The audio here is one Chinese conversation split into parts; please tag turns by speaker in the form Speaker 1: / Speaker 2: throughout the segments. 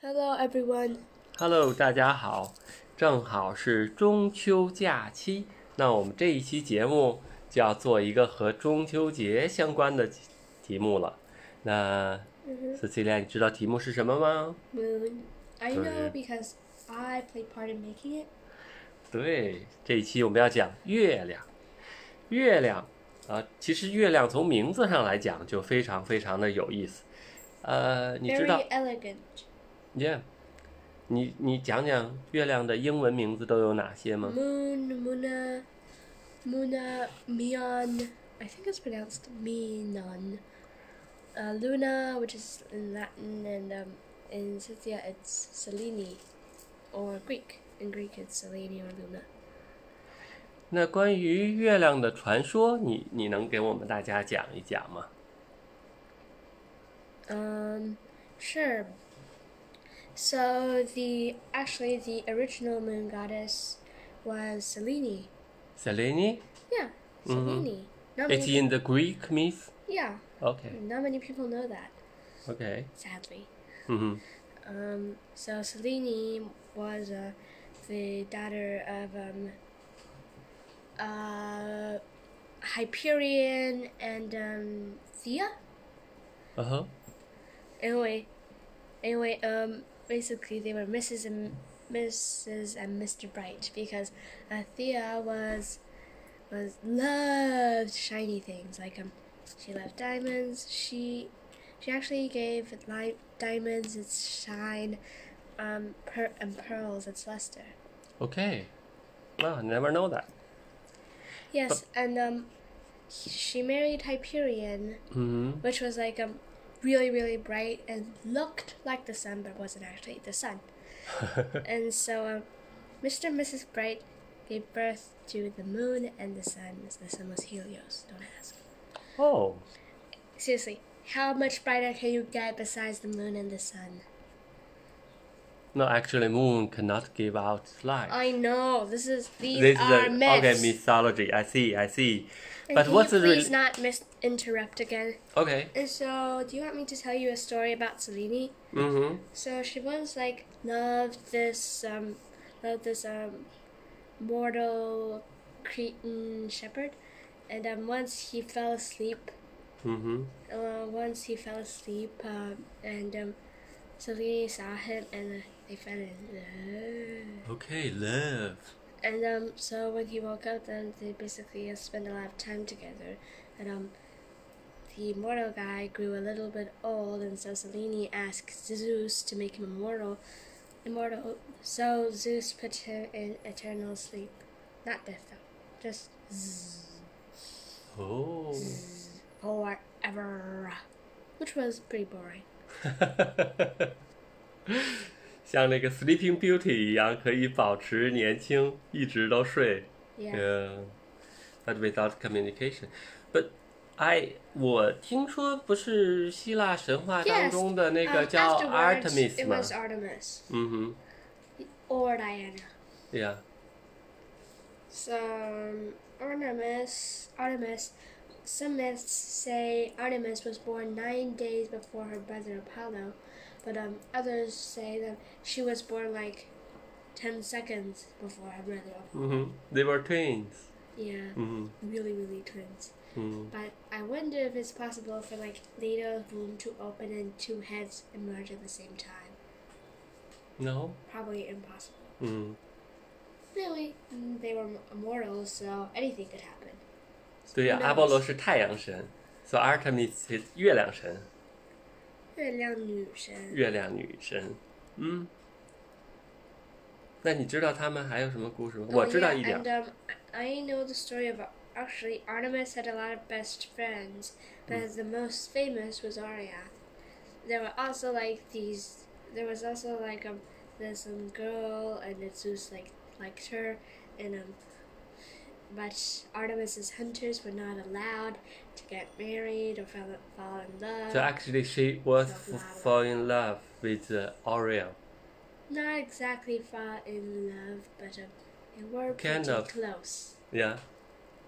Speaker 1: Hello everyone，
Speaker 2: Hello，大家好，正好是中秋假期，那我们这一期节目就要做一个和中秋节相关的题目了。那
Speaker 1: 嗯
Speaker 2: Cecilia，你知道题目是什么吗？
Speaker 1: Moon. I know
Speaker 2: 对。
Speaker 1: because I played part in making it.
Speaker 2: 对，这一期我们要讲月亮。月亮啊，其实月亮从名字上来讲就非常非常的有意思。呃，你知
Speaker 1: Very
Speaker 2: 道
Speaker 1: elegant.
Speaker 2: y 你你讲讲月亮的英文名字都有哪些吗？
Speaker 1: Moon, Muna, Muna, Mion. I think it's pronounced Minon. Uh, Luna, which is in Latin, and um, in Scythia it's Selene, or Greek. In Greek it's Selene or Luna.
Speaker 2: 那关于月亮的传说，你你能给我们大家讲一讲吗？
Speaker 1: Um, sure. So the actually the original moon goddess was Selene.
Speaker 2: Selene,
Speaker 1: Yeah, Selene. Not
Speaker 2: it's
Speaker 1: many,
Speaker 2: in the Greek myth.
Speaker 1: yeah,
Speaker 2: Okay,
Speaker 1: not many people know that,
Speaker 2: okay.
Speaker 1: sadly.
Speaker 2: 嗯哼，
Speaker 1: Um, so Selene was uh, the daughter of um, uh, Hyperion and um, Thea.
Speaker 2: 嗯哼，
Speaker 1: Anyway, anyway, um, basically they were Mrs. and Mrs. and Mr. Bright because Athea was was loved shiny things like um, she loved diamonds. She she actually gave li- diamonds its shine, um, per- and pearls its luster.
Speaker 2: okay. Wow, I never know that.
Speaker 1: Yes, and um, she married Hyperion,
Speaker 2: 嗯
Speaker 1: which was like um, really really bright and looked like the sun but wasn't actually the sun.
Speaker 2: 哼，
Speaker 1: And so um, Mr. and Mrs. Bright gave birth to the moon and the sun. The sun was Helios, don't ask.
Speaker 2: oh,
Speaker 1: Seriously, how much brighter can you get besides the moon and the sun?
Speaker 2: no, actually, moon cannot give out light.
Speaker 1: I know, this is, these
Speaker 2: This is
Speaker 1: are
Speaker 2: a,
Speaker 1: myths.
Speaker 2: okay mythology. I see, I see.
Speaker 1: And
Speaker 2: But
Speaker 1: can
Speaker 2: what's
Speaker 1: you
Speaker 2: the rel-
Speaker 1: please not mis- interrupt again?
Speaker 2: Okay.
Speaker 1: And so, do you want me to tell you a story about Selene?
Speaker 2: 嗯哼，
Speaker 1: So she was like loved this um loved this um mortal Cretan shepherd, and um once he fell asleep,
Speaker 2: 嗯哼，
Speaker 1: uh, once he fell asleep, um, and um, Selene saw him and uh, they fell in love.
Speaker 2: Okay, love.
Speaker 1: And um, so when he woke up, then they basically uh, spent a lot of time together. And um, the mortal guy grew a little bit old, and so Selene asked Zeus to make him immortal. Immortal. So Zeus put him in eternal sleep, not death though, just zzz,
Speaker 2: Oh.
Speaker 1: forever, which was pretty boring.
Speaker 2: 像那个 Sleeping Beauty 一样，可以保持年轻，一直都睡。
Speaker 1: Yeah.
Speaker 2: Yeah, but without communication. But I 我听说不是希腊神话当
Speaker 1: Yes,
Speaker 2: 中的那
Speaker 1: Um,
Speaker 2: 个叫
Speaker 1: afterwards,
Speaker 2: Artemis
Speaker 1: It
Speaker 2: 吗？
Speaker 1: was Artemis
Speaker 2: 嗯
Speaker 1: or Diana.
Speaker 2: 哼，Yeah.
Speaker 1: So um, Artemis, Artemis. Some myths say Artemis was born nine days before her brother Apollo, but um, others say that she was born like ten seconds before her brother.
Speaker 2: 嗯哼，They were twins.
Speaker 1: Yeah,
Speaker 2: 嗯
Speaker 1: really, really twins.
Speaker 2: 哼，嗯
Speaker 1: But I wonder if it's possible for like Leto's womb to open and two heads emerge at the same time.
Speaker 2: ，No.
Speaker 1: Probably impossible.
Speaker 2: 嗯，
Speaker 1: Anyway, mm, they were immortal, so anything could happen.
Speaker 2: 对呀，
Speaker 1: Who knows?
Speaker 2: 阿波罗是太阳神，So Artemis is 月亮神，
Speaker 1: 月亮女神。
Speaker 2: 月亮女神。嗯。那你知道他们还有什么故事吗？我
Speaker 1: Oh,
Speaker 2: 知道
Speaker 1: yeah,
Speaker 2: 一点儿
Speaker 1: And。um, I I know the story of actually Artemis had a lot of best friends, but
Speaker 2: Hmm.
Speaker 1: the most famous was Ariath. There were also like these. There was also like um, this um, girl, and then Zeus like liked her, and um, but Artemis's hunters were not allowed to get married or fall, fall in love.
Speaker 2: So actually, she was
Speaker 1: Love
Speaker 2: fall in love with uh, Orion.
Speaker 1: Not exactly fall in love, but um, they were
Speaker 2: Kind
Speaker 1: pretty
Speaker 2: of.
Speaker 1: close.
Speaker 2: Yeah.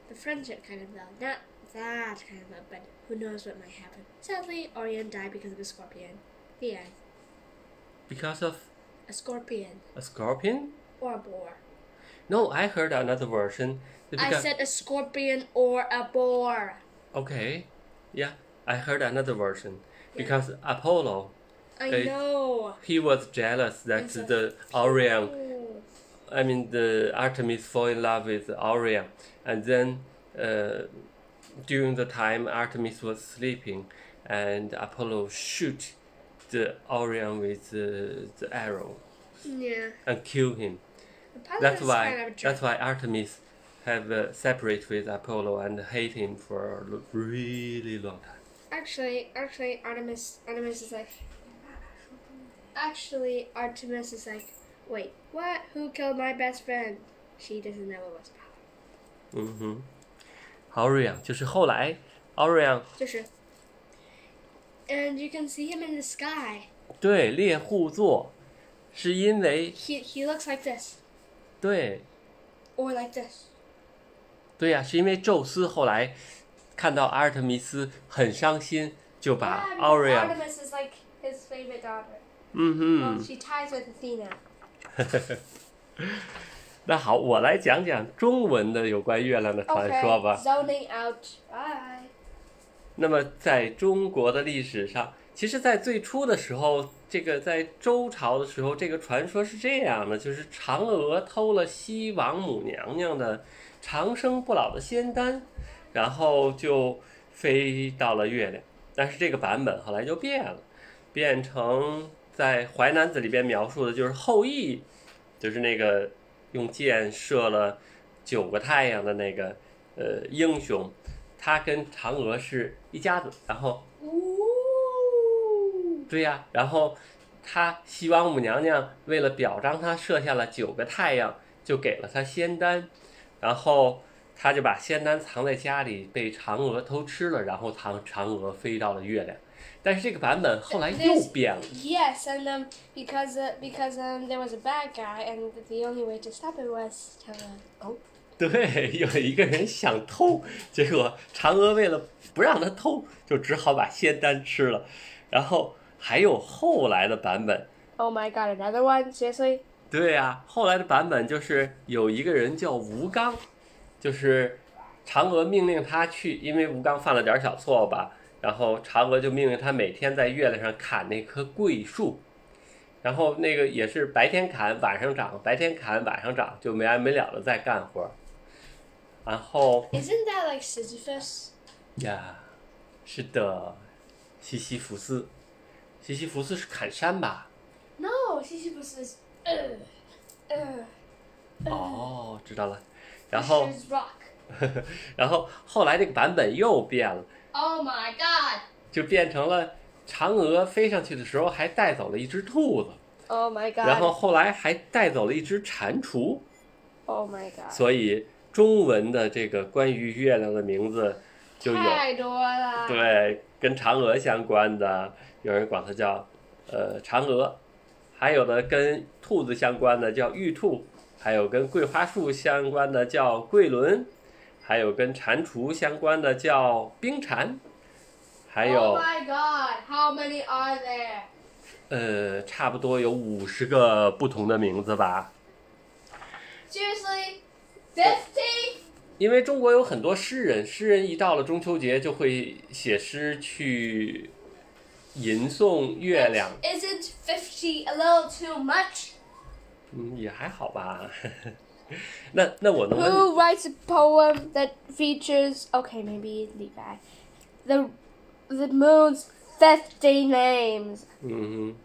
Speaker 1: The friendship kind of love, not that kind of love, but who knows what might happen. Sadly, Orion died because of a scorpion. The end.
Speaker 2: because of
Speaker 1: a scorpion
Speaker 2: a scorpion?
Speaker 1: or a boar.
Speaker 2: No, I heard another version.
Speaker 1: I
Speaker 2: Because-
Speaker 1: said a scorpion or a boar.
Speaker 2: okay, yeah, I heard another version
Speaker 1: Yeah.
Speaker 2: because Apollo
Speaker 1: I
Speaker 2: Hey.
Speaker 1: know.
Speaker 2: he was jealous that
Speaker 1: It's a-
Speaker 2: the Orion
Speaker 1: Oh,
Speaker 2: I mean, the Artemis fall in love with Orion, and then uh, during the time Artemis was sleeping, and Apollo shoot the Orion with uh, the arrow
Speaker 1: yeah.
Speaker 2: and kill him.
Speaker 1: Apollo
Speaker 2: That's
Speaker 1: is
Speaker 2: why
Speaker 1: Kind of a jerk.
Speaker 2: that's why Artemis have uh, separate with Apollo and hate him for a l- really long time.
Speaker 1: Actually, actually, Artemis, Artemis is like. Actually, Artemis is like, wait, what? Who killed my best friend? She doesn't know it was Apollo.
Speaker 2: 嗯哼，Orion 就是后来 Orion
Speaker 1: 就是。And you can see him in the sky.
Speaker 2: 对猎户座，是因为
Speaker 1: He he looks like this
Speaker 2: 对
Speaker 1: or like this.
Speaker 2: 对呀、是因为宙斯后来看到阿尔特弥斯很伤心，就把
Speaker 1: Yeah, because
Speaker 2: o r i o n
Speaker 1: Artemis is like his favorite daughter.
Speaker 2: 嗯 Hmm.
Speaker 1: Well, she ties with Athena.
Speaker 2: 哼。 那好，我来讲讲中文的有关月亮的传说吧。
Speaker 1: Zoning out. Bye.
Speaker 2: 那么，在中国的历史上，其实，在最初的时候，这个在周朝的时候，这个传说是这样的：就是嫦娥偷了西王母娘娘的长生不老的仙丹，然后就飞到了月亮。但是这个版本后来就变了，变成在《淮南子》里边描述的就是后羿，就是那个用箭射了九个太阳的那个呃英雄。他跟嫦娥是一家子，然后
Speaker 1: Ooh.
Speaker 2: 对呀、然后他西王母娘娘为了表彰他射下了九个太阳，就给了他仙丹，然后他就把仙丹藏在家里，被嫦娥偷吃了，然后嫦嫦娥飞到了月亮。但是这个版本后来又变了，
Speaker 1: Yes, and um, because uh, because um, there was a bad guy, and the only way to stop it was to oh,
Speaker 2: 对，有一个人想偷，结果嫦娥为了不让他偷，就只好把仙丹吃了。然后还有后来的版本，
Speaker 1: oh my god, another one. Seriously,
Speaker 2: 对呀、后来的版本就是有一个人叫吴刚，就是嫦娥命令他去，因为吴刚犯了点小错误吧，然后嫦娥就命令他每天在月亮上砍那棵桂树，然后那个也是白天砍，晚上长，白天砍，晚上长，就没完没了的在干活儿。然后
Speaker 1: isn't that like Sisyphus?
Speaker 2: 呀，是的，西西弗斯，西西弗斯是砍山吧？
Speaker 1: No, Sisyphus is. uh, Ugh, ugh,
Speaker 2: 哦，知道了。然后
Speaker 1: Fisher's rock.
Speaker 2: 然后后来这个版本又变了，
Speaker 1: Oh my god.
Speaker 2: 就变成了嫦娥飞上去的时候还带走了一只兔子，
Speaker 1: Oh my
Speaker 2: 然后后来还带走了一只蟾蜍，
Speaker 1: Oh my god.
Speaker 2: 所以中文的这个关于月亮的名字就有
Speaker 1: 太多了。
Speaker 2: 对跟嫦娥相关的，有人管它叫呃嫦娥，还有的跟兔子相关的叫玉兔，还有跟桂花树相关的叫桂纶，还有跟蟾蜍相关的叫冰蟾，还有。
Speaker 1: Oh my god, how many are there?
Speaker 2: 呃，差不多有五十个不同的名字吧，
Speaker 1: Seriously? 50?
Speaker 2: 因为中国有很多诗人，诗人一到了中秋节就会写诗去吟诵月亮，
Speaker 1: Isn't 50 a little too much?
Speaker 2: 嗯，也还好吧。 那那我能问，
Speaker 1: Who writes a poem that features. Okay, maybe Levi. The, the moon's 50 names.
Speaker 2: 嗯哼，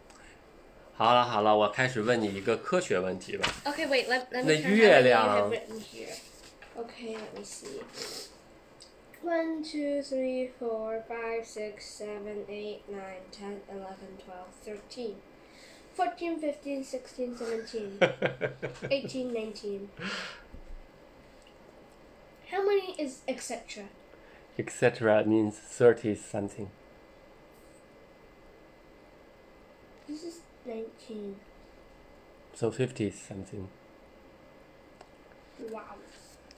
Speaker 2: 好了好了，我开始问你一个科学问题吧。
Speaker 1: Okay, wait, let, let
Speaker 2: The
Speaker 1: me count how many you
Speaker 2: 月亮。
Speaker 1: have written here. Okay, let me see. One, two, three, four, five, six, seven, eight, nine, ten, eleven, twelve, thirteen, fourteen, fifteen, sixteen, seventeen, eighteen, nineteen. How many is etc.?
Speaker 2: Etc. means thirty something.
Speaker 1: This is 19.
Speaker 2: So fifty something.
Speaker 1: Wow.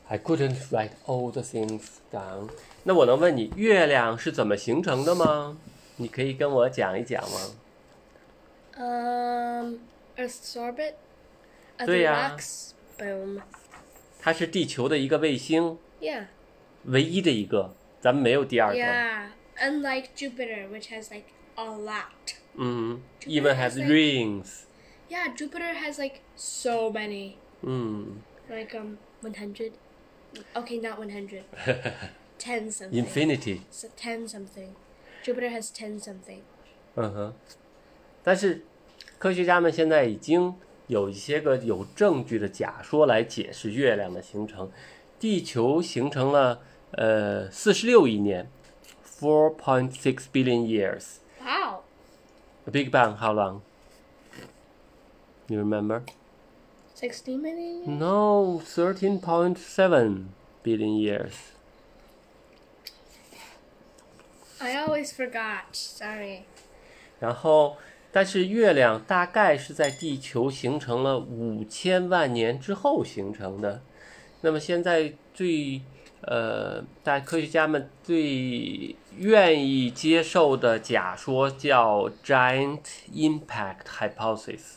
Speaker 2: I couldn't write all the things down. 那我能问你，月亮是怎么形成的吗？你可以跟我讲一讲吗？
Speaker 1: Um, A sorbet? A
Speaker 2: 对呀
Speaker 1: deluxe boom.
Speaker 2: 它是地球的一个卫星，
Speaker 1: Yeah.
Speaker 2: 唯一的一个，咱们没有第二个。
Speaker 1: Yeah. Unlike Jupiter, which has like a lot.
Speaker 2: 嗯
Speaker 1: 这个
Speaker 2: ，even
Speaker 1: 还
Speaker 2: has
Speaker 1: 是
Speaker 2: rings。
Speaker 1: Yeah, Jupiter has like so many.
Speaker 2: 嗯
Speaker 1: Like um 100. Okay, not 100. 10 something.
Speaker 2: ，infinity。
Speaker 1: So 10 something. Jupiter has 10 something.
Speaker 2: 嗯哼，但是科学家们现在已经有一些个有证据的假说来解释月亮的形成。地球形成了呃四十六亿年，four point six billion years。
Speaker 1: Wow.
Speaker 2: The Big Bang how long? You remember?
Speaker 1: 60 minutes?
Speaker 2: Hmm. No, thirteen point seven billion years.
Speaker 1: I always forgot. Sorry.
Speaker 2: 然后，但是月亮大概是在地球形成了五千万年之后形成的。那么现在最呃，大科学家们最愿意接受的假说叫 Giant Impact Hypothesis，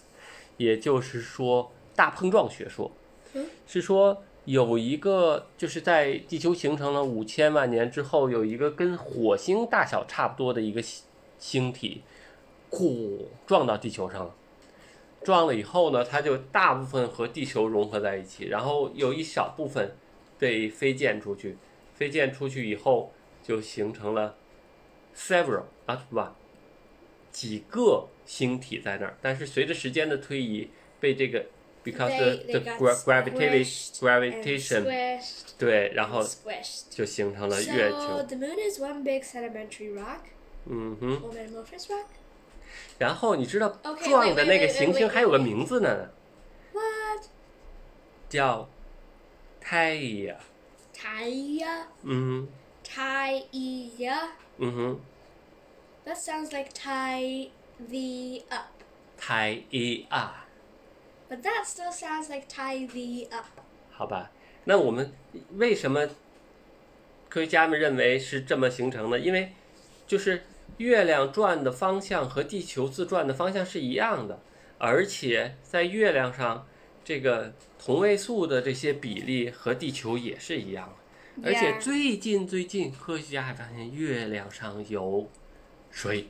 Speaker 2: 也就是说大碰撞学说
Speaker 1: 嗯，
Speaker 2: 是说有一个就是在地球形成了五千万年之后，有一个跟火星大小差不多的一个星星体，库撞到地球上了。撞了以后呢，它就大部分和地球融合在一起，然后有一少部分被飞溅出去。飞溅出去以后，就形成了 several 啊，不吧，几个星体在那儿。但是随着时间的推移，被这个 because
Speaker 1: They- they
Speaker 2: the, the
Speaker 1: got
Speaker 2: gra- gravity
Speaker 1: squished And
Speaker 2: gravitation
Speaker 1: squished.
Speaker 2: 对，然
Speaker 1: and
Speaker 2: 后
Speaker 1: squished.
Speaker 2: 就形成了月
Speaker 1: So
Speaker 2: 球。
Speaker 1: the moon is one big sedimentary rock
Speaker 2: 嗯哼，
Speaker 1: or metamorphous rock.
Speaker 2: 然后你知道
Speaker 1: Okay,
Speaker 2: 撞的
Speaker 1: wait, wait,
Speaker 2: 那个
Speaker 1: wait, wait,
Speaker 2: 行星
Speaker 1: wait,
Speaker 2: 还有个
Speaker 1: wait.
Speaker 2: 名字呢，
Speaker 1: What?
Speaker 2: 叫太阳。
Speaker 1: Taia?
Speaker 2: 嗯
Speaker 1: Taia?
Speaker 2: 嗯哼，
Speaker 1: E That sounds like tie the up.
Speaker 2: 太阳，
Speaker 1: But that still sounds like tie the up.
Speaker 2: 好吧？那我们为什么科学家们认为是这么形成的？因为就是月亮转的方向和地球自转的方向是一样的，而且在月亮上这个同位素的这些比例和地球也是一样的。而且
Speaker 1: Yeah.
Speaker 2: 最近最近，科学家还发现月亮上有水。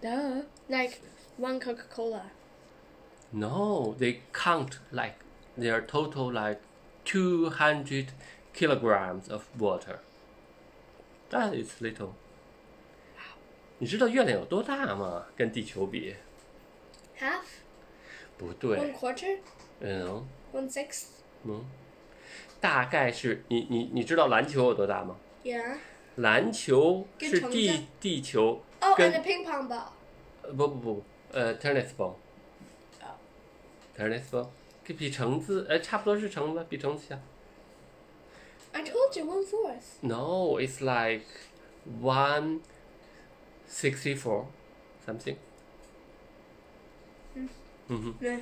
Speaker 1: Duh. Like one Coca Cola.
Speaker 2: No, they count like their total like 200 kilograms of water. That is little. 你知道月亮有多大吗？跟地球比，
Speaker 1: Half?
Speaker 2: 不
Speaker 1: One
Speaker 2: 对，
Speaker 1: quarter?
Speaker 2: 嗯
Speaker 1: One sixth?
Speaker 2: 嗯，大概是你你你知道篮球有多大吗？
Speaker 1: Yeah.
Speaker 2: 篮球是
Speaker 1: 跟虫子
Speaker 2: 地地球
Speaker 1: Oh, and
Speaker 2: Good.
Speaker 1: a ping pong ball.
Speaker 2: 呃不不不呃 tennis ball。tennis ball 这比橙子呃差不多是橙子，比橙子小。
Speaker 1: I told you one fourth.
Speaker 2: No, it's like one sixty four something.
Speaker 1: Nah.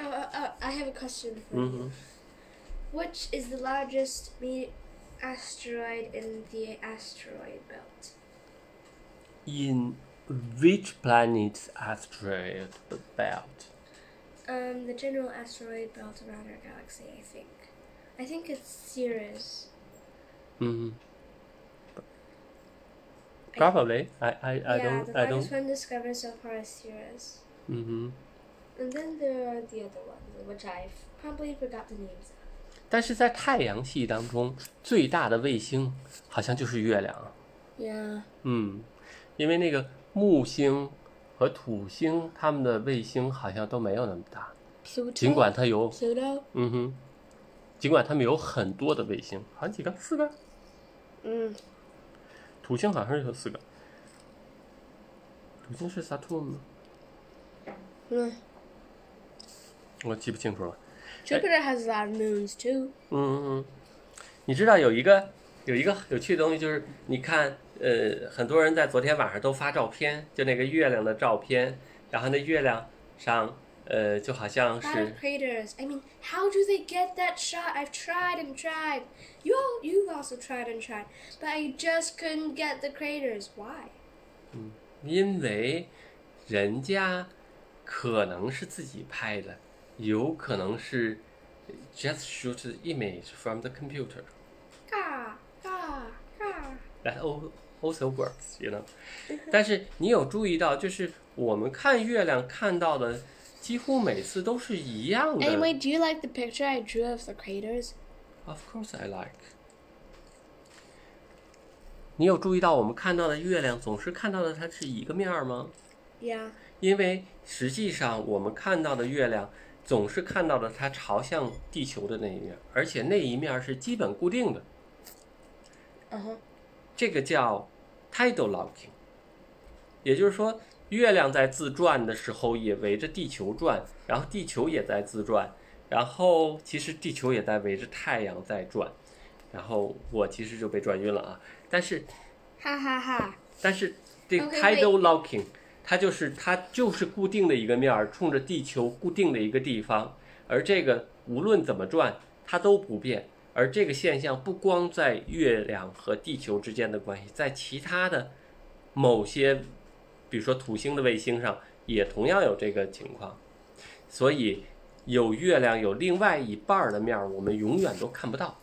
Speaker 1: Oh, oh, oh, I have a question for you.
Speaker 2: 嗯哼，
Speaker 1: Which is the largest me- asteroid in the asteroid belt?
Speaker 2: In which planet's asteroid belt?
Speaker 1: Um, the general asteroid belt around our galaxy, I think. I think it's Ceres.
Speaker 2: 嗯哼，Probably. I I I
Speaker 1: yeah,
Speaker 2: don't
Speaker 1: the
Speaker 2: I
Speaker 1: largest
Speaker 2: don't.
Speaker 1: one discovered so far is Ceres.
Speaker 2: 嗯哼。
Speaker 1: And then there are the other ones, which I've probably forgot the names of.
Speaker 2: 但是在太阳系当中，最大的卫星好像就是月亮啊。
Speaker 1: Yeah.
Speaker 2: 嗯，因为那个木星和土星，它们的卫星好像都没有那么大，
Speaker 1: Pluto.
Speaker 2: 尽管它有
Speaker 1: Pluto.
Speaker 2: 嗯哼，尽管它们有很多的卫星，好像几个，四个，
Speaker 1: Mm.
Speaker 2: 土星好像是有四个，土星是 Saturn 吗？
Speaker 1: mm.
Speaker 2: 我记不清楚了。
Speaker 1: Jupiter has a lot of moons too.
Speaker 2: 嗯嗯嗯，你知道有一个有一个有趣的东西，就是你看，呃，很多人在昨天晚上都发照片，就那个月亮的照片，然后那月亮上，呃，就好像
Speaker 1: A lot
Speaker 2: 是
Speaker 1: of craters. I mean, how do they get that shot? I've tried and tried. You all, you've also tried and tried, but I just couldn't get the craters. Why?
Speaker 2: 因为人家可能是自己拍的，有可能是呃 just shoot the image from the computer。
Speaker 1: 嘎嘎嘎！
Speaker 2: that al- also works, you know 。 但是你有注意到，就是我们看月亮看到的，几乎每次都是一样的。
Speaker 1: Anyway, do you like the picture I drew of the craters?
Speaker 2: of course I like。你有注意到我们看到的月亮总是看到的它是一个面儿吗？
Speaker 1: Yeah.
Speaker 2: 因为实际上我们看到的月亮总是看到的它朝向地球的那一面，而且那一面是基本固定的。
Speaker 1: Uh huh.
Speaker 2: 这个叫 tidal locking，也就是说，月亮在自转的时候也围着地球转，然后地球也在自转，然后其实地球也在围着太阳在转，然后我其实就被转晕了啊。但是，
Speaker 1: Ha ha ha.
Speaker 2: 但是这个
Speaker 1: OK，
Speaker 2: tidal locking，它就是它就是固定的一个面儿，冲着地球固定的一个地方，而这个无论怎么转，它都不变。而这个现象不光在月亮和地球之间的关系，在其他的某些，比如说土星的卫星上，也同样有这个情况。所以有月亮有另外一半儿的面儿，我们永远都看不到。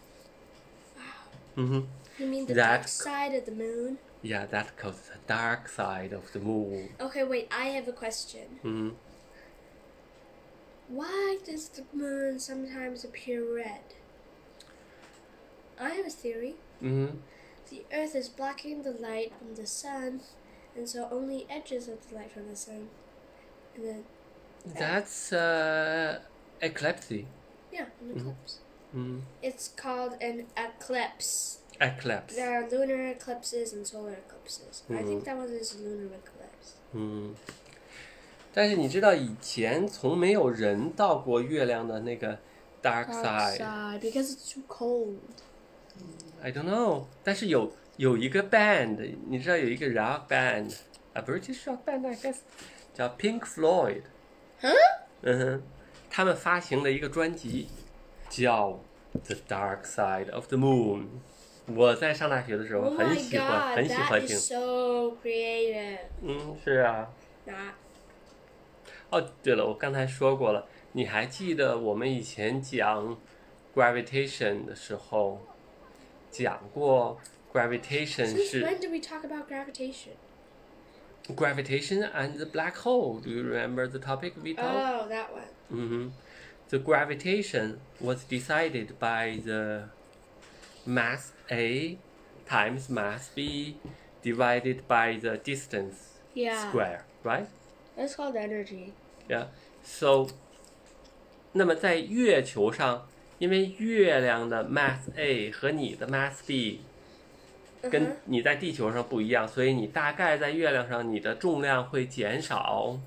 Speaker 2: 嗯哼。
Speaker 1: You mean the
Speaker 2: That-
Speaker 1: dark side of the moon?
Speaker 2: Yeah, that goes the dark side of the moon.
Speaker 1: Okay, wait, I have a question.
Speaker 2: 嗯，
Speaker 1: Why does the moon sometimes appear red? I have a theory.
Speaker 2: 嗯
Speaker 1: The earth is blocking the light from the sun, and so only edges of the light from the sun. And then,
Speaker 2: ，That's uh eclipse.
Speaker 1: yeah, an eclipse. Mm-hmm.
Speaker 2: 嗯
Speaker 1: It's called an eclipse.
Speaker 2: ，eclipse.
Speaker 1: There are lunar eclipses and solar eclipses. I think that one is a lunar eclipse.
Speaker 2: 嗯，但是你知道以前从没有人到过月亮的那个 dark side.
Speaker 1: because it's too cold.
Speaker 2: I don't know. 但是有有一个 band，你知道有一个 rock band 啊，不是就是 rock band I guess，叫 Pink Floyd。
Speaker 1: Huh?
Speaker 2: 嗯哼，他们发行了一个专辑，叫《The Dark Side of the Moon》。我在上大学的时候
Speaker 1: Oh my
Speaker 2: 很喜欢，
Speaker 1: god,
Speaker 2: 很喜欢
Speaker 1: that
Speaker 2: 听
Speaker 1: is。so creative.
Speaker 2: 嗯，是啊。
Speaker 1: Not
Speaker 2: 哦，对了，我刚才说过了，你还记得我们以前讲 gravitation 的时候，讲过 gravitation
Speaker 1: Since
Speaker 2: 是
Speaker 1: when did we talk about gravitation?
Speaker 2: gravitation and the black hole. Do you remember the topic we talked?
Speaker 1: Oh, that one.
Speaker 2: hmm The gravitation was decided by the mass A times mass B divided by the distance
Speaker 1: Yeah.
Speaker 2: square, right?
Speaker 1: That's called energy.
Speaker 2: Yeah. So，那么在月球上，因为月亮的 mass A 和你的 mass B
Speaker 1: 嗯
Speaker 2: 跟你在地球上不一样，所以你大概在月亮上你的重量会减少，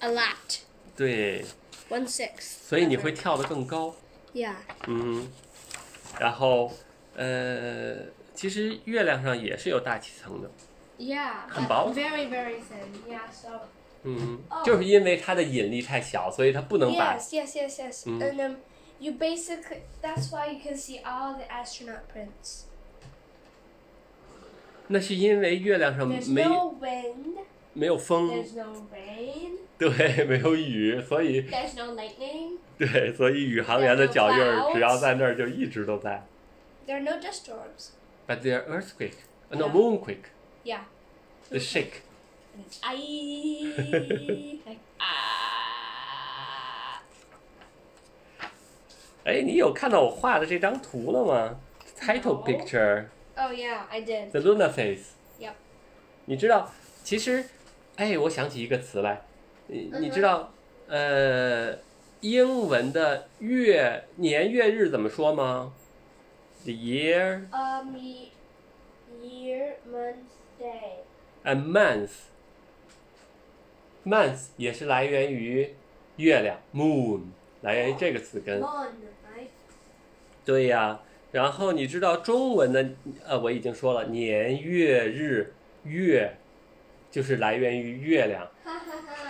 Speaker 1: A lot.
Speaker 2: 对，
Speaker 1: One sixth.
Speaker 2: 所以你会跳得更高。
Speaker 1: Yeah.
Speaker 2: 嗯，然后呃，其实月亮上也是有大气层的，
Speaker 1: Yeah.
Speaker 2: Come
Speaker 1: but
Speaker 2: about.
Speaker 1: Very, very thin. Yeah, so.
Speaker 2: 嗯，
Speaker 1: 哦
Speaker 2: 就是因为它的引力太小，所以它不能把
Speaker 1: Yes, yes, yes, yes.
Speaker 2: Mhm.
Speaker 1: And um, you basically, that's why you can see all the astronaut prints.
Speaker 2: 那是因为月亮上
Speaker 1: There's
Speaker 2: 没
Speaker 1: no wind,
Speaker 2: 没有风，
Speaker 1: there's no rain,
Speaker 2: 对，没有雨，所以
Speaker 1: there's no lightning,
Speaker 2: 对，所以宇航员的脚印儿只要在那儿就一直都在。
Speaker 1: there are no dust storms.
Speaker 2: But there are earthquake, no
Speaker 1: Yeah.
Speaker 2: moonquake,
Speaker 1: Yeah.
Speaker 2: the shake.
Speaker 1: And it's, "Aye," like, ah.
Speaker 2: 哎，你有看到我画的这张图了吗？Title
Speaker 1: No
Speaker 2: picture,
Speaker 1: Oh, yeah, I did.
Speaker 2: the lunar phase.
Speaker 1: Yep.
Speaker 2: 你知道，其实，哎，我想起一个词来，你
Speaker 1: 嗯
Speaker 2: 你知道，呃，英文的月年月日怎么说吗？The year,
Speaker 1: Um, ye- year, month, day.
Speaker 2: a month. Month 也是来源于月亮 moon，来源于这个词根。
Speaker 1: Mon, right?
Speaker 2: 对呀、然后你知道中文的，呃，我已经说了，年月日月，就是来源于月亮。
Speaker 1: Ha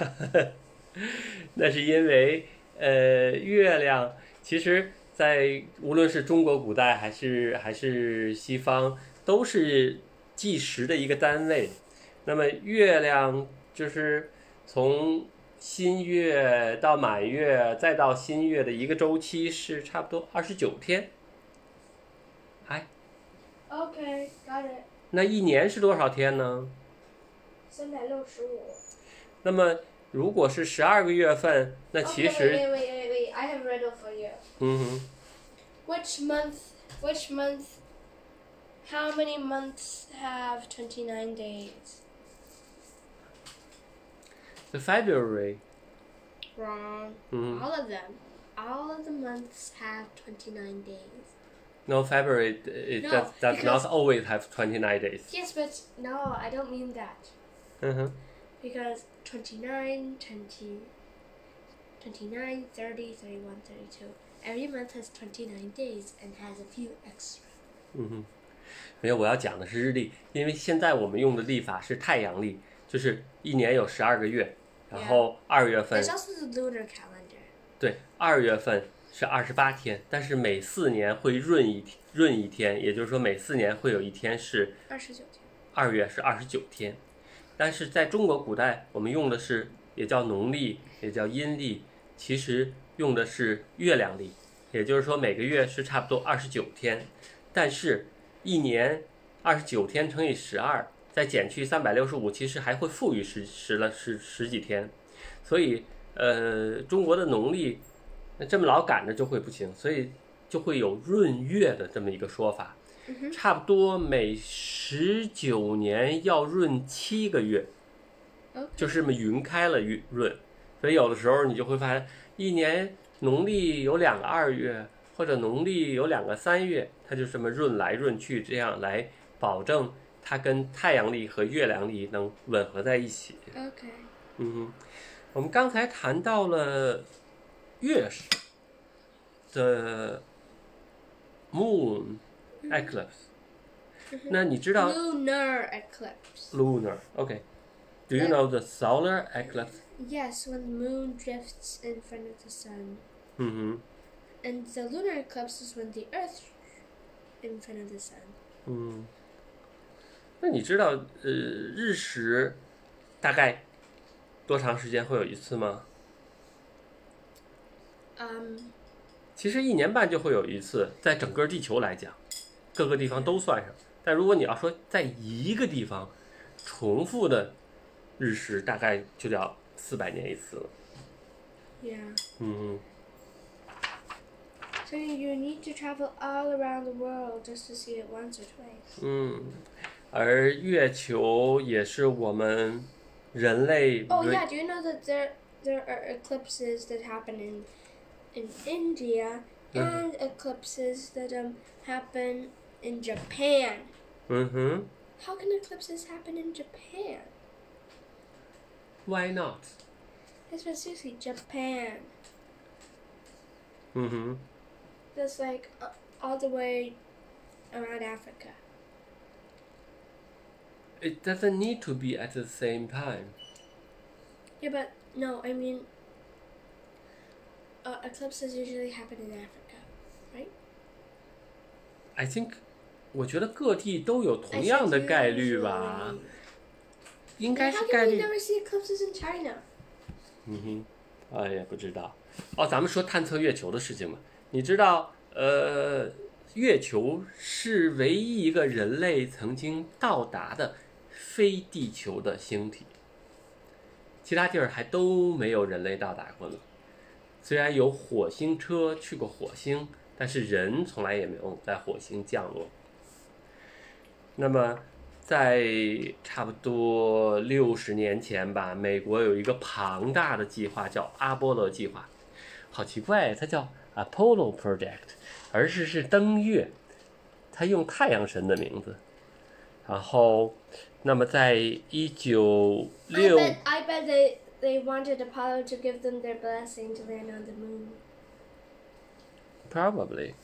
Speaker 1: ha ha.
Speaker 2: 那是因为，呃，月亮其实在无论是中国古代还是还是西方，都是计时的一个单位。那么月亮就是从新月到满月再到新月的一个周期是差不多二十九天。哎，
Speaker 3: Okay, got it.
Speaker 2: 那一年是多少天呢？
Speaker 3: 三百六十五。
Speaker 2: 那么如果是十二个月份，那其
Speaker 1: 哦
Speaker 3: Okay,
Speaker 2: 实，
Speaker 3: wait, wait, wait, wait. I have riddle for you.
Speaker 2: 嗯哼，
Speaker 3: Which month? Which month? How many months have twenty nine days?
Speaker 2: the February，
Speaker 1: Wrong.
Speaker 2: 嗯哼
Speaker 1: All of them. All of the months have 29 days.
Speaker 2: ，no February it
Speaker 1: No,
Speaker 2: does does not
Speaker 1: because-
Speaker 2: always have twenty nine days。
Speaker 1: Yes, but no, I don't mean that.
Speaker 2: 嗯哼，
Speaker 1: Because 29, 20, 29, 30, 31, 32. Every month has 29 days and has a few extra.
Speaker 2: 嗯哼，没有，我要讲的是日历，因为现在我们用的历法是太阳历，就是一年有十二个月，然后二月份
Speaker 1: There's also the lunar calendar.
Speaker 2: 对，二月份是二十八天，但是每四年会闰一天闰一天，也就是说每四年会有一天是
Speaker 1: 29天。
Speaker 2: 二月是二十九天。但是在中国古代，我们用的是也叫农历，也叫阴历，其实用的是月亮历，也就是说每个月是差不多二十九天，但是一年二十九天乘以十二，再减去三百六十五，其实还会富裕十十了十十几天，所以呃，中国的农历那这么老赶着就会不行，所以就会有闰月的这么一个说法，差不多每十九年要闰七个月
Speaker 1: OK
Speaker 2: 就是这么云开了云闰，所以有的时候你就会发现一年农历有两个二月，或者农历有两个三月，它就这么闰来闰去，这样来保证它跟太阳历和月亮历能吻合在一起。
Speaker 1: Okay.
Speaker 2: 嗯，我们刚才谈到了月食的 moon eclipse，、那你知道
Speaker 1: 嗯 Lunar eclipse.
Speaker 2: lunar？OK，Do、you know the solar eclipse？
Speaker 1: Yes, when the moon drifts in front of the sun.
Speaker 2: 嗯
Speaker 1: And the lunar eclipse is when the earth in front of the sun.
Speaker 2: 哼，嗯，那你知道呃日食大概多长时间会有一次吗？
Speaker 1: Um,
Speaker 2: 其实一年半就会有一次，在整个地球来讲，各个地方都算上。但如果你要说在一个地方重复的日食，大概就要四百年一次了。
Speaker 1: yeah.
Speaker 2: 嗯，
Speaker 1: So you need to travel all around the world just to see it once or twice.
Speaker 2: 嗯，而月球也是我们人类
Speaker 1: Oh
Speaker 2: 唯
Speaker 1: yeah, do you know that there there are eclipses that happen in in India and eclipses that um happen in Japan?
Speaker 2: 嗯哼
Speaker 1: How can eclipses happen in Japan?
Speaker 2: ，Why not？
Speaker 1: It's but seriously Japan.
Speaker 2: 嗯哼，
Speaker 1: That's like uh, all the way around Africa.
Speaker 2: it doesn't need to be at the same time。
Speaker 1: Yeah, but no, I mean, uh, eclipses usually happen in Africa.
Speaker 2: I think，我觉得各地都有
Speaker 1: I
Speaker 2: 同样的
Speaker 1: think
Speaker 2: 概率
Speaker 1: usually-
Speaker 2: 吧，应该
Speaker 1: Then
Speaker 2: 是
Speaker 1: How
Speaker 2: 概
Speaker 1: can we
Speaker 2: 率。
Speaker 1: never see eclipses in China?
Speaker 2: 嗯哼，哎呀，不知道。哦，咱们说探测月球的事情嘛，你知道，呃，月球是唯一一个人类曾经到达的非地球的星体，其他地儿还都没有人类到达过呢。虽然有火星车去过火星，但是人从来也没有在火星降落。那么，在差不多六十年前吧，美国有一个庞大的计划叫阿波罗计划，好奇怪，它叫 Apollo Project，而是是登月，它用太阳神的名字。然后，那么在一九
Speaker 1: I
Speaker 2: 六
Speaker 1: bet, I bet they, they wanted Apollo to give them their blessing to land on the moon.
Speaker 2: Probably。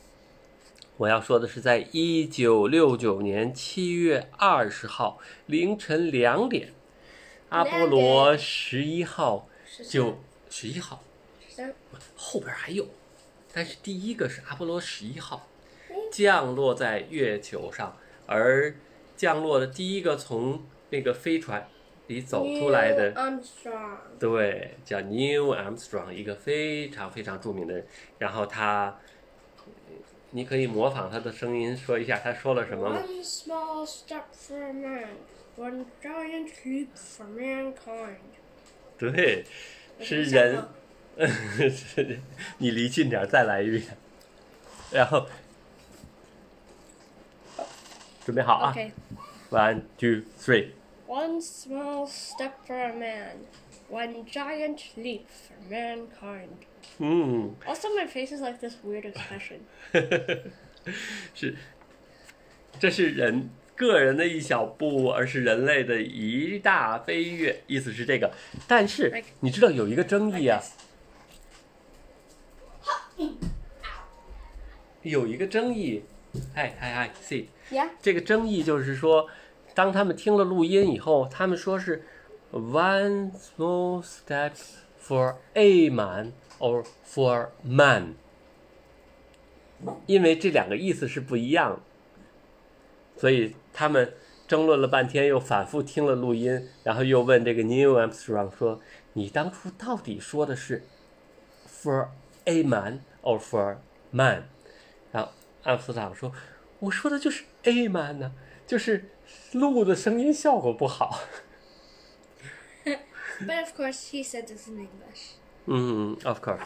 Speaker 2: 我要说的是，在一九六九年七月二十号凌晨两点，阿波罗十一号就十一号
Speaker 1: Sure.
Speaker 2: 后边还有，但是第一个是阿波罗十一号降落在月球上，而降落的第一个从那个飞船里走出来的
Speaker 3: Neil Armstrong.
Speaker 2: 对，叫 Neil Armstrong，一个非常非常著名的人。然后他，呃你可以模仿他的声音说一下他说了什么吗？
Speaker 1: One small step for man, one giant leap for mankind.
Speaker 2: 对，是
Speaker 1: 想
Speaker 2: 人。 是你离近点儿，再来一遍。然后，准备好啊
Speaker 1: Okay.
Speaker 2: ！One, two, three。
Speaker 1: One small step for a man, one giant leap for mankind.
Speaker 2: 嗯，
Speaker 1: Also, my face is like this weird expression.
Speaker 2: 是，这是人个人的一小步，而是人类的一大飞跃，意思是这个。但是
Speaker 1: Like-
Speaker 2: 你知道有一个争议啊，有一个争议，哎哎哎，see，
Speaker 1: Yeah.
Speaker 2: 这个争议就是说，当他们听了录音以后，他们说是 one small step for a man or for man，因为这两个意思是不一样的，所以他们争论了半天，又反复听了录音，然后又问这个 Neil Armstrong 说：“你当初到底说的是 for a man or for man？” 然后阿姆斯特朗说：“我说的就是 A man 呢、就是录的声音效果不好。
Speaker 1: But of course, he said this in English. ”
Speaker 2: 嗯，of course。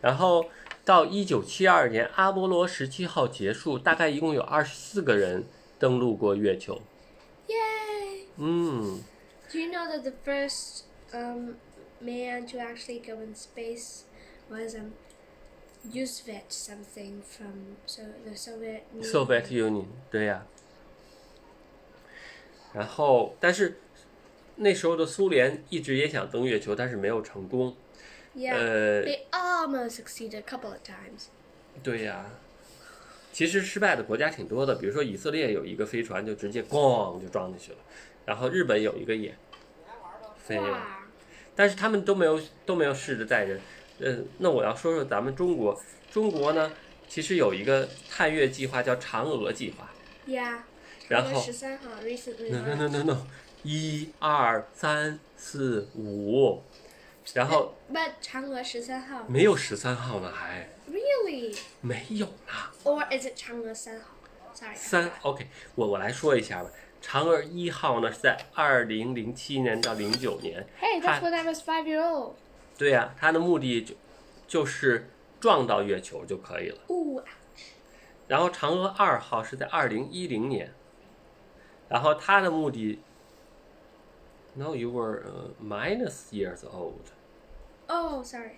Speaker 2: 然后到一九七二年，阿波罗十七号结束，大概一共有二十四个人登陆过月球。
Speaker 1: Yay!
Speaker 2: 嗯
Speaker 1: Do you know that the first um, man to actually go in space was um, Yuzvet something from so the Soviet Union.
Speaker 2: ，Soviet Union，对呀、然后，但是那时候的苏联一直也想登月球，但是没有成功。
Speaker 1: Yeah.
Speaker 2: 呃，
Speaker 1: They almost succeeded a couple of times.
Speaker 2: 对呀、其实失败的国家挺多的，比如说以色列有一个飞船就直接咣就撞进去了，然后日本有一个也飞了，
Speaker 1: Wow.
Speaker 2: 但是他们都没有都没有试着载人。呃，那我要说说咱们中国，中国呢其实有一个探月计划叫嫦娥计划，
Speaker 1: Yeah.
Speaker 2: 然后
Speaker 1: Huh, recently
Speaker 2: no no
Speaker 1: launched.
Speaker 2: no no no，一二三四五，然后
Speaker 1: But 嫦娥十三号.
Speaker 2: 没有十三号呢还
Speaker 1: Really?
Speaker 2: 没有呢。
Speaker 1: Or is it 嫦娥三号? Sorry. I
Speaker 2: 三
Speaker 1: forgot.
Speaker 2: ，OK，我我来说一下吧。嫦娥一号呢是在二零零七年到零九年，
Speaker 1: Hey, that's
Speaker 2: Hi.
Speaker 1: when I was five year old.
Speaker 2: 对呀、它的目的就就是撞到月球就可以了。
Speaker 1: Ooh.
Speaker 2: 然后嫦娥二号是在二零一零年，然后它的目的，No, you were、minus uh, years old。
Speaker 1: Oh, sorry.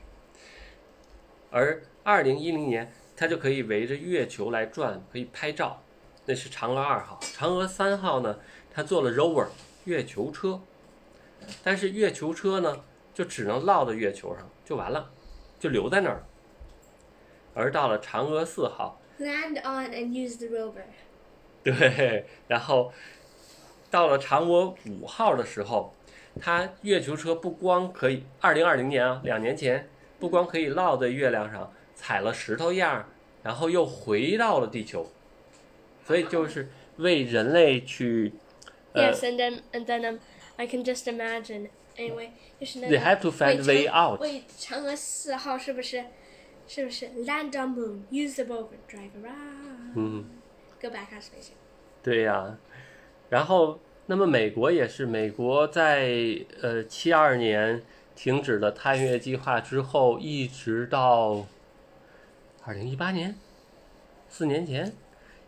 Speaker 2: 而二零一零年，它就可以围着月球来转，可以拍照。那是嫦娥二号，嫦娥三号呢，它做了 rover 月球车，但是月球车呢，就只能落到月球上，就完了，就留在那儿了。而到了嫦娥四号，
Speaker 1: Land on and use the rover.
Speaker 2: 对，然后到了嫦娥五号的时候，它月球车不光可以，二零二零年啊，两年前不光可以落在月亮上踩了石头样儿，然后又回到了地球，所以就是为人类去，呃
Speaker 1: Yes, and then and then um, I can just imagine. Anyway, you should know.
Speaker 2: ，they have to find way out，
Speaker 1: Wait, 嫦娥四号是不是是不是 land on moon, use the rover, drive around,
Speaker 2: 嗯。
Speaker 1: go back out spaceship.
Speaker 2: 对呀、然后那么美国也是，美国在呃七二年停止了探月计划之后，一直到二零一八年，四年前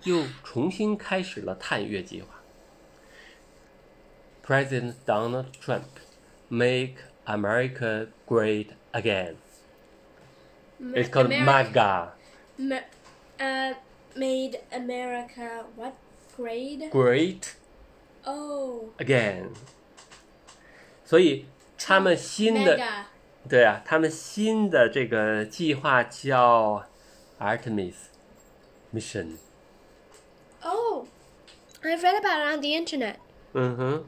Speaker 2: 又重新开始了探月计划。President Donald Trump make America great again. It's called
Speaker 1: Ameri-
Speaker 2: MAGA.
Speaker 1: Ma- uh, made America what grade?
Speaker 2: Great
Speaker 1: Oh,
Speaker 2: again。所以他们新的
Speaker 1: mega.
Speaker 2: 对啊，他们新的这个计划叫 Artemis Mission。
Speaker 1: Oh, I've read about it on the internet.
Speaker 2: 嗯哼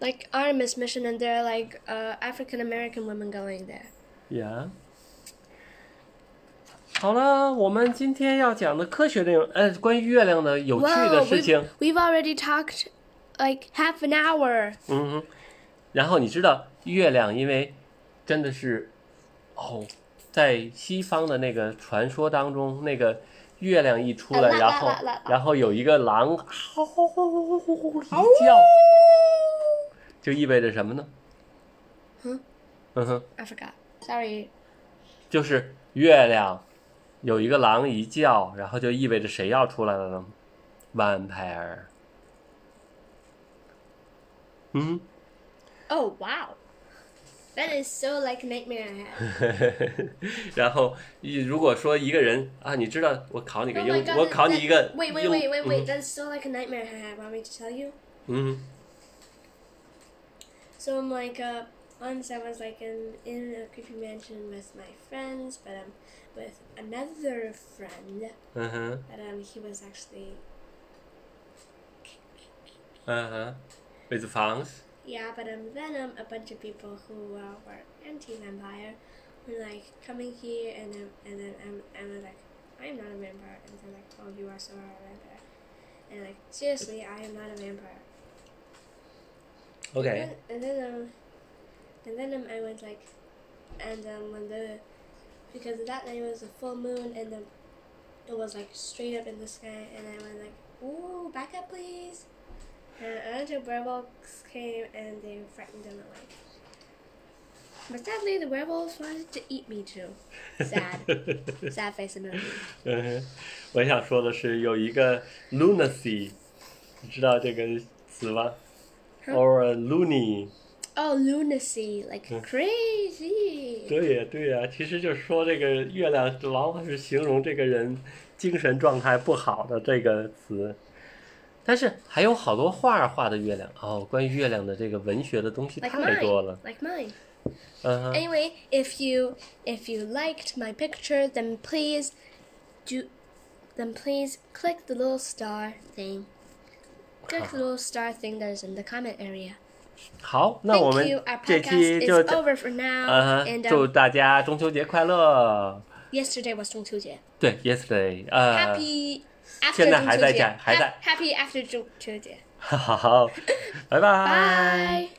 Speaker 1: Like Artemis mission, and there are like uh, African American women going there.
Speaker 2: ，Yeah。好了，我们今天要讲的科学内容，呃，关于月亮的有趣的
Speaker 1: Wow,
Speaker 2: 事
Speaker 1: we've,
Speaker 2: 情，
Speaker 1: we've already talked like half an hour.
Speaker 2: 嗯哼，然后你知道月亮，因为真的是哦，在西方的那个传说当中，那个月亮一出
Speaker 1: 啊啦
Speaker 2: 来，
Speaker 1: 啦
Speaker 2: 然后
Speaker 1: 啦啦
Speaker 2: 然后有一个狼嗷嗷嗷嗷嗷一叫，就意味着什么呢？
Speaker 1: 嗯
Speaker 2: 嗯哼，
Speaker 1: I forgot. Sorry.
Speaker 2: 就是月亮有一个狼一叫，然后就意味着谁要出来了呢？Vampire。嗯。
Speaker 1: Oh wow. That is so like nightmare I had. Oh
Speaker 2: 然后，一如果说一个人啊，你知道我考你个
Speaker 1: Oh
Speaker 2: 英，
Speaker 1: my god.
Speaker 2: 我考你
Speaker 1: that-
Speaker 2: 一个
Speaker 1: Wait,
Speaker 2: 英
Speaker 1: wait, wait, wait,
Speaker 2: 嗯
Speaker 1: wait. That is so like a nightmare I had. Want me to tell you?
Speaker 2: 嗯
Speaker 1: So I'm like, uh, once I was like in, in a creepy mansion with my friends, but I'm with another friend,
Speaker 2: 嗯哼
Speaker 1: but um, he was actually,
Speaker 2: 嗯哼，with fangs，
Speaker 1: yeah, but um, then um, a bunch of people who uh, were anti-vampire were like coming here, and then and then I'm I'm like, I'm not a vampire, and they're like, oh, you are so are a vampire, and like seriously, I am not a vampire.
Speaker 2: OK，
Speaker 1: And then, um, and then um, I went like, and um, when the, because that night was a full moon and um, it was like straight up in the sky, and I went like, ooh, back up, please. And a bunch of werewolves came and they frightened them away. But sadly, the werewolves wanted to eat me too. Sad, sad face emoji.
Speaker 2: 嗯哼，我想说的是有一个 lunacy，你知道这个词吗
Speaker 1: 嗯
Speaker 2: ？or a loony，
Speaker 1: Oh, lunacy, like crazy.
Speaker 2: 对呀对呀，其实就是说这个月亮往往是形容这个人精神状态不好的这个词。但是还有好多画儿画的月亮哦，关于月亮的这个文学的东西
Speaker 1: Like
Speaker 2: 太多了
Speaker 1: mine,。like 哎 mine.
Speaker 2: 嗯哼。
Speaker 1: Anyway, if you if you liked my picture, then please do then please click the little star thing. Click the little star thing that is in the comment area.
Speaker 2: 好，那我
Speaker 1: Thank you.
Speaker 2: 们
Speaker 1: Our
Speaker 2: 这
Speaker 1: podcast
Speaker 2: 期就
Speaker 1: is
Speaker 2: 这
Speaker 1: over for now.
Speaker 2: 啊哈
Speaker 1: and
Speaker 2: 祝
Speaker 1: um,
Speaker 2: 大家中秋节快乐。
Speaker 1: yesterday was 中秋节.
Speaker 2: 对，yesterday，呃，
Speaker 1: Happy after
Speaker 2: 现在还
Speaker 1: 中秋
Speaker 2: 在
Speaker 1: 节。
Speaker 2: 讲，还在。
Speaker 1: Ha- Happy after 中秋节.
Speaker 2: 好，拜拜。
Speaker 1: Bye.